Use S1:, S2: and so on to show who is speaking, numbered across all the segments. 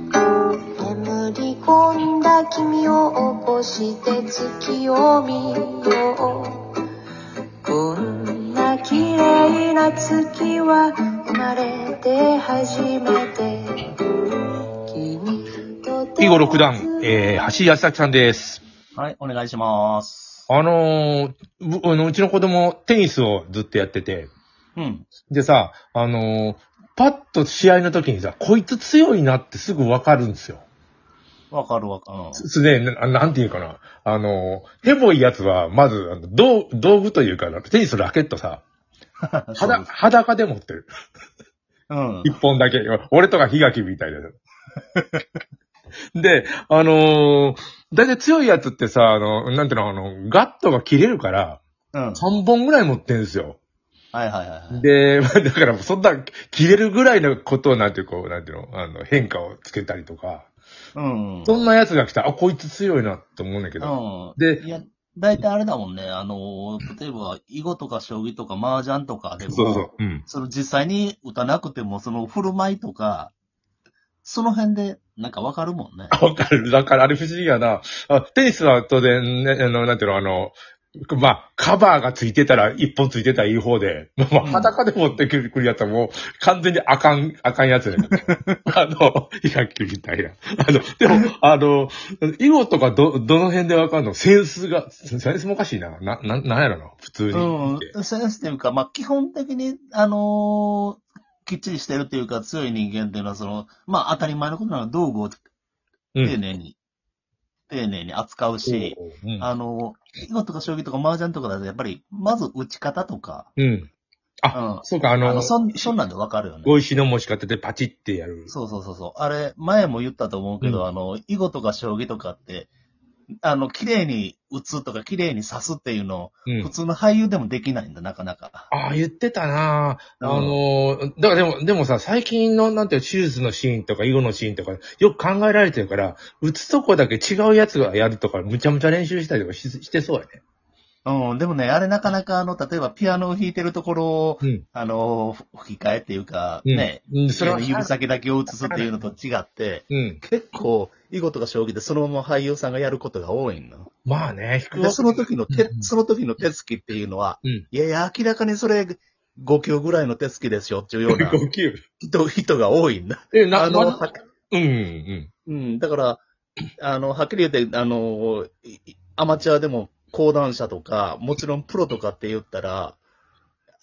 S1: 眠り込んだ君を起こして月を見ようこんな綺麗な月は生まれて初めて君と
S2: 囲碁六段、えー、橋井康崎さんです。
S3: はい、お願いします。
S2: あのー、ぶあのうちの子供、テニスをずっとやってて、
S3: うん。
S2: でさ、あのー、パッと試合の時にさ、こいつ強いなってすぐわかるんですよ。
S3: わかるわかる。うん
S2: すすでに、ななんていうかな。あのー、ヘボいやつは、まず、あの道道具というか、なんかテニスのラケットさ、
S3: そう
S2: 裸、
S3: です
S2: 裸で持ってる。
S3: うん。
S2: 一本だけ。俺とかヒガキみたいだよ。 で、あのー、だいたい強いやつってさ、あの、なんていうの、あの、ガットが切れるから、
S3: うん。
S2: 3本ぐらい持ってんですよ。
S3: はいはいはいはい。
S2: で、 まあだから、そんな、切れるぐらいのことを、なんていう、こう、なんていうの、あの、変化をつけたりとか、
S3: うん。
S2: そんなやつが来たら、あ、こいつ強いなって思うんだけど。
S3: う
S2: で
S3: ん。いや、だいたいあれだもんね。あのー、例えば、囲碁とか将棋とか麻雀とかでも、
S2: そうそう。うん。
S3: その実際に打たなくても、その振る舞いとか、その辺で、なんかわかるもんね。
S2: わかる。だから、あれ不思議やな。あテニスは当然、ね、あの、なんていうの、あの、まあ、カバーがついてたら、一本ついてたらいい方で、まあ、
S3: うん
S2: 裸で持ってくるやつはもう、完全にあかん、あかんやつだよ ね。あの、いや、みたいな。あの、でも、あの、囲碁とかど、どの辺でわかるのセンスが、センスもおかしいな。な、な、なんやろな。普通に。
S3: うん。センスというか、まあ、基本的に、あのーきっちりしてるというか、強い人間っていうのは、その、まあ、当たり前のことなら道具を
S2: うん。
S3: 丁寧に、丁寧に扱うし、
S2: うん
S3: あの、囲碁とか将棋とか麻雀とかだと、やっぱり、まず打ち方とか、
S2: うん。あ、
S3: うん
S2: そうか、あ
S3: あの、
S2: の、
S3: そん、そんなんでわかるよね。
S2: 碁石の持ち方でパチってやる。
S3: そうそうそうそう。あれ、前も言ったと思うけ
S2: う
S3: ど、
S2: ん
S3: あの、囲碁とか将棋とかって、あの、綺麗に打つとか、綺麗に刺すっていうの
S2: う
S3: を、
S2: ん
S3: 普。通の俳優でもできないんだ、なかなか。
S2: ああ、言ってたなあ
S3: うん
S2: のー、だからでも、でもさ、最近の、なんていうの手術のシーンとか、囲碁のシーンとか、よく考えられてるから、打つとこだけ違うやつがやるとか、むちゃむちゃ練習したりとかししてそうやね。
S3: うん、でもね、あれなかなか、あの、例えばピアノを弾いてるところを、
S2: うん
S3: あの、ふ吹き替えっていうか、
S2: うん。
S3: ね、
S2: うん、それは、
S3: 指先だけを打つっていうのと違って、
S2: うん。
S3: 結構、囲碁とか将棋でそのまま俳優さんがやることが多いんだ。
S2: まあね、引く
S3: で、その時の手、
S2: うんうん
S3: その時の手つきっていうのは、
S2: うん
S3: いやいや、明らかにそれ、5級ぐらいの手つきですよっていうような
S2: 級。
S3: 人、人が多いんだ。
S2: え、な、
S3: あの、
S2: まだ
S3: は
S2: うん、うん。
S3: うん、だから、あの、はっきり言って、あの、いアマチュアでも講談社とか、もちろんプロとかって言ったら、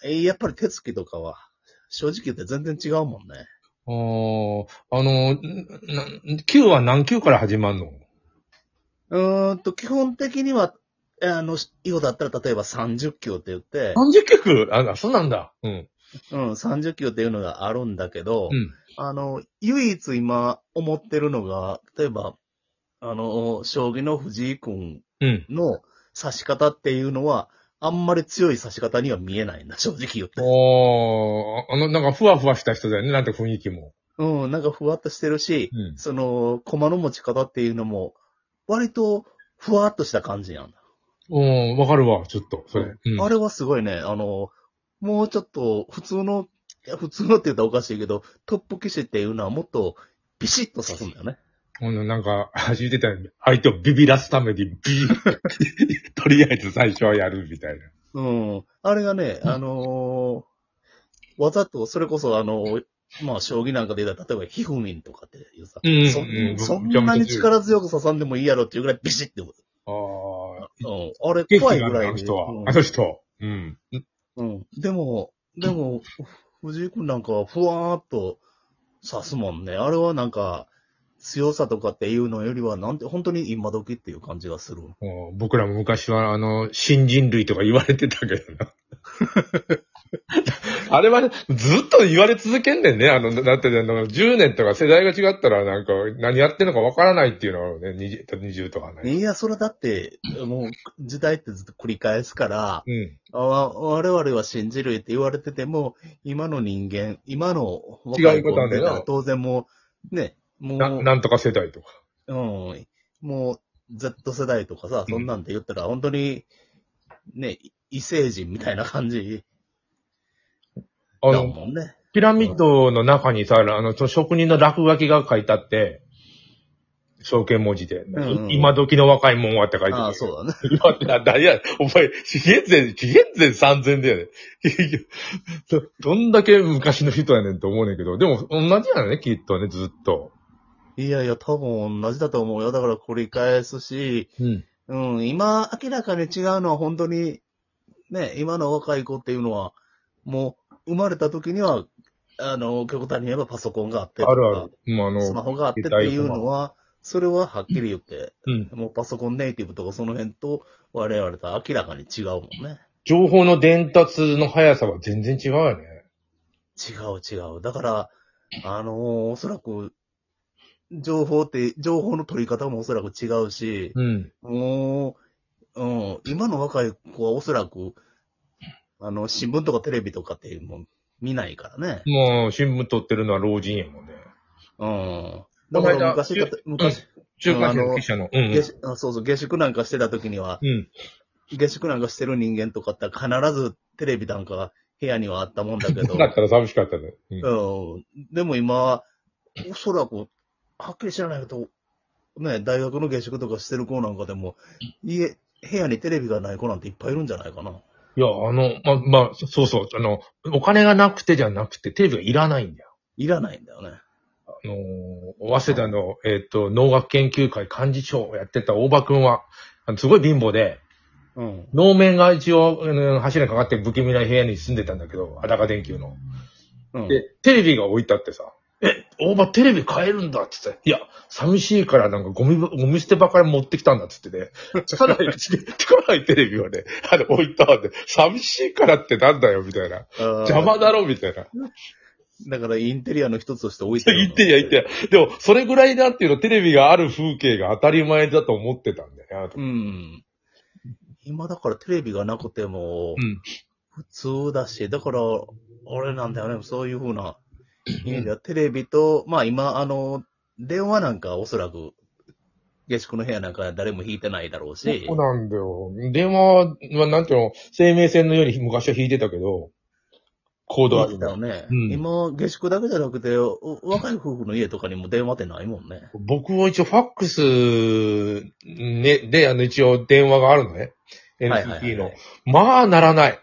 S3: えやっぱり手つきとかは、正直言って全然違うもんね。
S2: あーあのー、な、9は何級から始まるの
S3: うーんと、基本的には、あの、囲碁だったら例えば30級って言って、
S2: ?30 級あ、そうなんだ。うん。
S3: うん、30級っていうのがあるんだけど、
S2: うん。
S3: あの、唯一今思ってるのが、例えば、あの、将棋の藤井君
S2: うん。
S3: の指し方っていうのは、あんまり強い指し方には見えないんだ、正直言って。
S2: おー、あの、なんかふわふわした人だよね、なんて雰囲気も。
S3: うん、なんかふわっとしてるし
S2: う、ん。
S3: その、駒の持ち方っていうのも、割とふわっとした感じなんだ。
S2: うん、わかるわ、ちょっと、それ。うん、
S3: あれはすごいね、あの、もうちょっと普通の、いや普通のって言ったらおかしいけど、トップ棋士っていうのはもっとビシッと指すんだよね。
S2: ほんのなんか、 初めてたよね相手をビビらすために、 ビーってとりあえず最初はやるみたいな。
S3: うん。あれがね、あのーわざと、それこそあのーまあ、将棋なんかで言ったら、例えば、ひふみんとかっていうさ、
S2: うん
S3: そ
S2: うん
S3: そんなに力強く刺さんでもいいやろっていうぐらいビシッて、うん、
S2: ああ、
S3: あれ
S2: 元気
S3: 怖い
S2: が
S3: ぐ
S2: あ
S3: ら
S2: るあ
S3: い
S2: の人は
S3: う、ん
S2: あの人。うん。
S3: うん。でも、でも、藤井くんなんかはふわーっと刺すもんね。あれはなんか、強さとかっていうのよりは、なんて、本当に今時っていう感じがする。
S2: もう僕らも昔は、あの、新人類とか言われてたけど な。あれはね、ずっと言われ続けんねんね。あの、だって、あの、10年とか世代が違ったら、なんか、何やってんのかわからないっていうのはね、20, 20とかね。
S3: いや、それだって、もう、時代ってずっと繰り返すから、
S2: うん。
S3: あわ我々は信じるって言われてても、今の人間、今の若い子っていうのは当然もう、ね、も
S2: な
S3: う、
S2: なんとか世代とか。
S3: うん、もう Z 世代とかさ、
S2: うん
S3: そんなんで言ったら、本当に、ね、異星人みたいな感じ
S2: あ
S3: だ
S2: の、
S3: もんね。
S2: ピラミッドの中にさ、あの、その職人の落書きが書いてあって、証券文字で、
S3: んうん
S2: 今時の若いもんはって書いて
S3: あ
S2: あ
S3: あ、
S2: る。
S3: そうだね。
S2: 今ってな、何や、お前、紀元前、紀元前3000だよね。 どどんだけ昔の人やねんと思うねんけど、でも同じやね、きっとね、ずっと。
S3: いやいや、多分同じだと思うよ。だから繰り返すし、
S2: うん。
S3: うん、今明らかに違うのは本当に、ね、今の若い子っていうのは、もう生まれた時には、あの、極端に言えばパソコンがあってとか
S2: あるある。うん、あ
S3: スマ
S2: の、
S3: ホがあってっていうのは、それははっきり言って、
S2: うん。
S3: もうパソコンネイティブとかその辺と我々と明らかに違うもんね。
S2: 情報の伝達の速さは全然違うよね。
S3: 違う違う。だから、あのーおそらく、情報って、情報の取り方もおそらく違うし、
S2: うん。
S3: もう、うん、今の若い子はおそらく、あの、新聞とかテレビとかっていうもん見ないからね。
S2: もう、新聞撮ってるのは老人やもんね。
S3: うん。だから昔だって、昔、
S2: 中間
S3: あの
S2: 記者の。うん
S3: 下宿あそうそう、下宿なんかしてた時には、
S2: うん。うん。
S3: 下宿なんかしてる人間とかって必ずテレビなんか部屋にはあったもんだけど
S2: な、かったら寂しかったね。うん
S3: うん、でも今は、おそらく、はっきり知らないけど、ね、大学の下宿とかしてる子なんかでも、家、部屋にテレビがない子なんていっぱいいるんじゃないかな。
S2: いや、あの、ま、まあ、そうそう、あの、お金がなくてじゃなくて、テレビがいらないんだよ。
S3: いらないんだよね。
S2: あのー、早稲田の、えっ、と、農学研究会幹事長をやってた大場くんは、あのすごい貧乏で、
S3: うん。
S2: 能面が一応、あの柱にかかって不気味な部屋に住んでたんだけど、裸電球の。
S3: うん。
S2: で、テレビが置いてあってさ、え、大場テレビ買えるんだって言って、いや、寂しいからなんかゴミば、ゴミ捨て場から持ってきたんだって言ってね、 つかないうちに、つかないテレビをね、あの、置いたんで、寂しいからってなんだよ、みたいな。邪
S3: 邪
S2: 魔だろ、みたいな。
S3: だからインテリアの一つとして置 いてる
S2: 言
S3: の。
S2: ってや、言ってや。でも、それぐらいだっていうの、テレビがある風景が当たり前だと思ってたんだよね。
S3: うん。今だからテレビがなくても、
S2: うん
S3: 普通だし、だから、あれなんだよね、そういうふうな意味では、テレビと、まあ今、あの、電話なんかおそらく、下宿の部屋なんか誰も引いてないだろうし
S2: そう、なんだよ。電話は、なんていうの、生命線のように昔は引いてたけど、コードあ
S3: 引い
S2: る
S3: てたよ
S2: の。
S3: ね、
S2: うん
S3: 今、下宿だけじゃなくて、お若い夫婦の家とかにも電話ってないもんね。
S2: 僕は一応ファックス、ね、で、あの、一応電話があるのね。
S3: はいはいはい
S2: NTT の。まあ、ならない。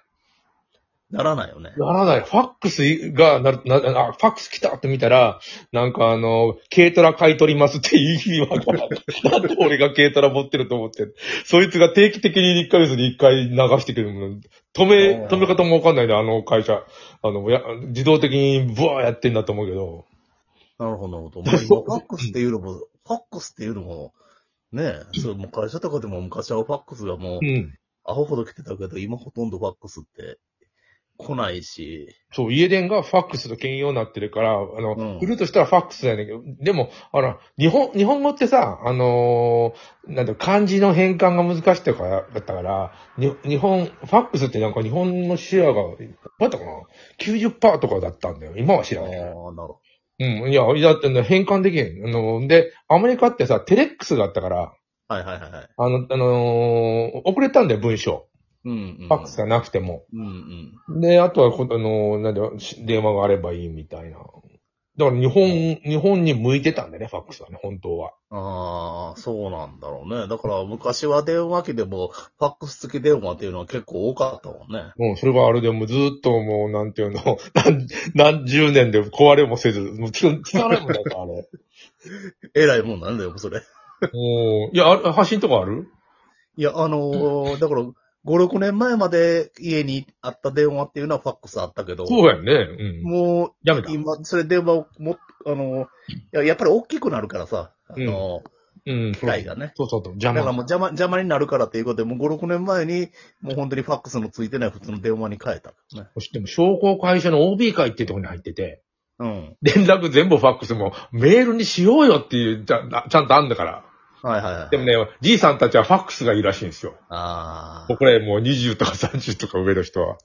S3: ならないよね。
S2: ならない。ファックスがな、な、あ、ファックス来たって見たら、なんかあの、軽トラ買い取りますって意味わからない。なんで俺が軽トラ持ってると思って。そいつが定期的に1ヶ月に1回流してくるもの。止め、止め方もわかんないね、あの会社。あの、や自動的にブワーやってんだと思うけど。
S3: なるほど、なるほど。まあ今、ファックスっていうのも、ファックスっていうのも、ねえ、そう、もう会社とかでも昔はファックスがもう
S2: う、ん。
S3: アホほど来てたけど、今ほとんどファックスって来ないし、
S2: そう、家電がファックスと兼用になってるから、あの、
S3: うん
S2: 売るとしたらファックスだよねんけど、でも、あら、日本、日本語ってさ、あのーなんだ、漢字の変換が難しいとかだったから、に日本、ファックスってなんか日本のシェアが、どうだったかな ?90% とかだったんだよ。今は知
S3: あ
S2: ら
S3: あ、
S2: な
S3: ないる。ほど。
S2: うん、いや、だってね変換できへん。あの、で、アメリカってさ、テレックスがあったから、
S3: はいはいはいはい。
S2: あの、あのー遅れたんだよ、文章。
S3: うん、うん。
S2: ファックスがなくても。
S3: うんうん。
S2: で、あとはこ、あの、なんだ、し電話があればいいみたいな。だから日本、日本に向いてたんだよね、ファックスはね、本当は。
S3: ああ、そうなんだろうね。だから昔は電話機でも、ファックス付き電話っていうのは結構多かったもんね。
S2: うん、それはあれでもうずーっともう、なんていうの、 何、何十年で壊れもせず、もうつ使わないもんだから、あれ。
S3: えらいもんなんだよ、それ。
S2: もう、いや、あれ発信とかある
S3: いや、あのーだから、5、6年前まで家にあった電話っていうのはファックスあったけど、
S2: そうやんね。うん。
S3: もう
S2: やめた。
S3: 今、それ電話をも、あのーいや、やっぱり大きくなるからさ、あのー
S2: うん、
S3: 機械がね。
S2: そうそうそう、邪
S3: だから
S2: 魔。
S3: もう邪魔、邪魔になるからっていうことで、もう5、6年前に、もう本当にファックスのついてない普通の電話に変えた。ね。
S2: でも、商工会社の OB 会っていうところに入ってて、
S3: うん。
S2: 連絡全部ファックスもメールにしようよっていう、ちゃんちゃんとあんだから。
S3: はいはいはい。
S2: でも。ね、じいさんたちはファックスがいいらしいんですよ。
S3: ああ。
S2: 僕らもう20とか30とか上の人は。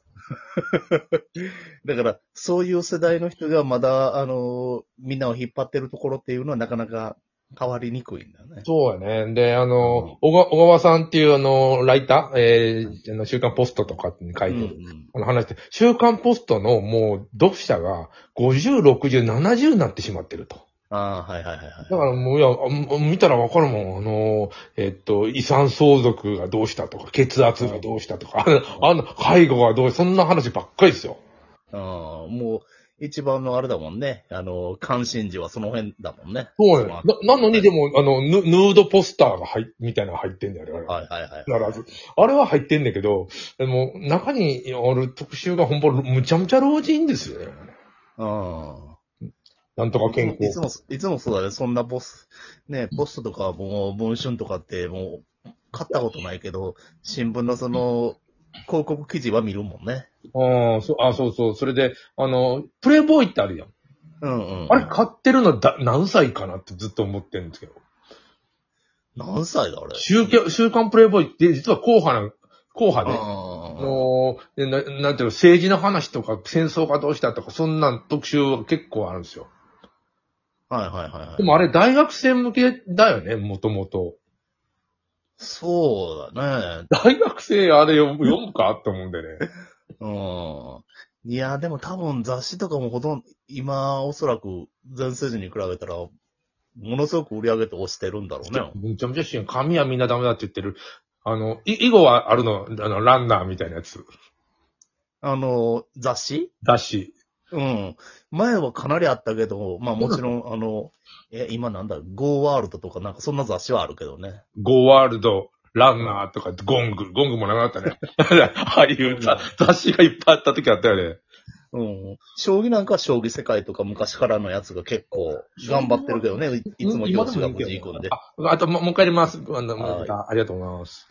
S3: だから、そういう世代の人がまだ、あのーみんなを引っ張ってるところっていうのはなかなか変わりにくいんだね。
S2: そうやね。で、あの、小川小川さんっていうあの、ライター、えー、あの、週刊ポストとかに書
S3: う
S2: い
S3: ん
S2: て
S3: う
S2: る、
S3: ん
S2: あの話で、週刊ポストのもう読者が50、60、70になってしまってると。
S3: ああ、はいはいはい
S2: だ
S3: は
S2: からもう、いや、あ見たらわかるもん。あの、えっと、遺産相続がどうしたとか、血圧がどうしたとか、あの、あの介護がどうした、そんな話ばっかりですよ。
S3: い。ああ、もう、一番のあれだもんね。あの、関心事はその辺だもんね。
S2: そうね。な、なのにで
S3: も。
S2: も、あの、ヌヌードポスターが入っ、みたいなのが入ってんだよね。あれ
S3: はいはいはい。
S2: ならず。あれは入ってんだけど、でも、中にある特集がほんま、むちゃむちゃ老人ですよね。
S3: うん。
S2: なんとか健
S3: い
S2: 康。
S3: つも、いつもそうだね。そんなボス、ね、ポストとかもう、文春とかってもう、買ったことないけど、新聞のその、広告記事は見るもんね。
S2: ああ、そう、あそうそう。それで、あの、プレイボーイってあるやん。
S3: うんうん。
S2: あれ買ってるのだ、何歳かなってずっと思ってるんですけど。
S3: 何歳だ、あれ。
S2: 週刊、週刊プレイボーイって、実は硬派な、硬派で、あ
S3: あ
S2: のーな、なんていうの、政治の話とか、戦争がどうしたとか、そんなん特集は結構あるんですよ。
S3: あ。はいはいはいはい。
S2: でもあれ、大学生向けだよね、もともと。
S3: そうだね。
S2: 大学生あれ読む読むかって思うんでね。
S3: うん。いや、でも多分雑誌とかもほとんど、今、おそらく、全盛時に比べたら、ものすごく売り上げて押してるんだろうね。
S2: めちゃめちゃしん、髪はみんなダメだって言ってる。あの、い以後はあるの、あの、ランナーみたいなやつ。
S3: あの、雑誌
S2: だし。
S3: うん。前はかなりあったけど、まあもちろん、あの、え、今なんだ、Go ワールドとかなんかそんな雑誌はあるけどね。
S2: ゴーワールド、ランナーとか、ゴング、ゴングもなくなったね。 ああいう雑雑誌がいっぱいあった時あったよね。
S3: うん。将棋なんかは将棋世界とか昔からのやつが結構頑張ってるけどね。いいつも
S2: 今
S3: 表
S2: で
S3: 紙
S2: も
S3: が
S2: いい
S3: 無
S2: けど
S3: 事行くんで。
S2: あ、あともうもう一回やります。あの、もう
S3: はい
S2: ありがとうございます。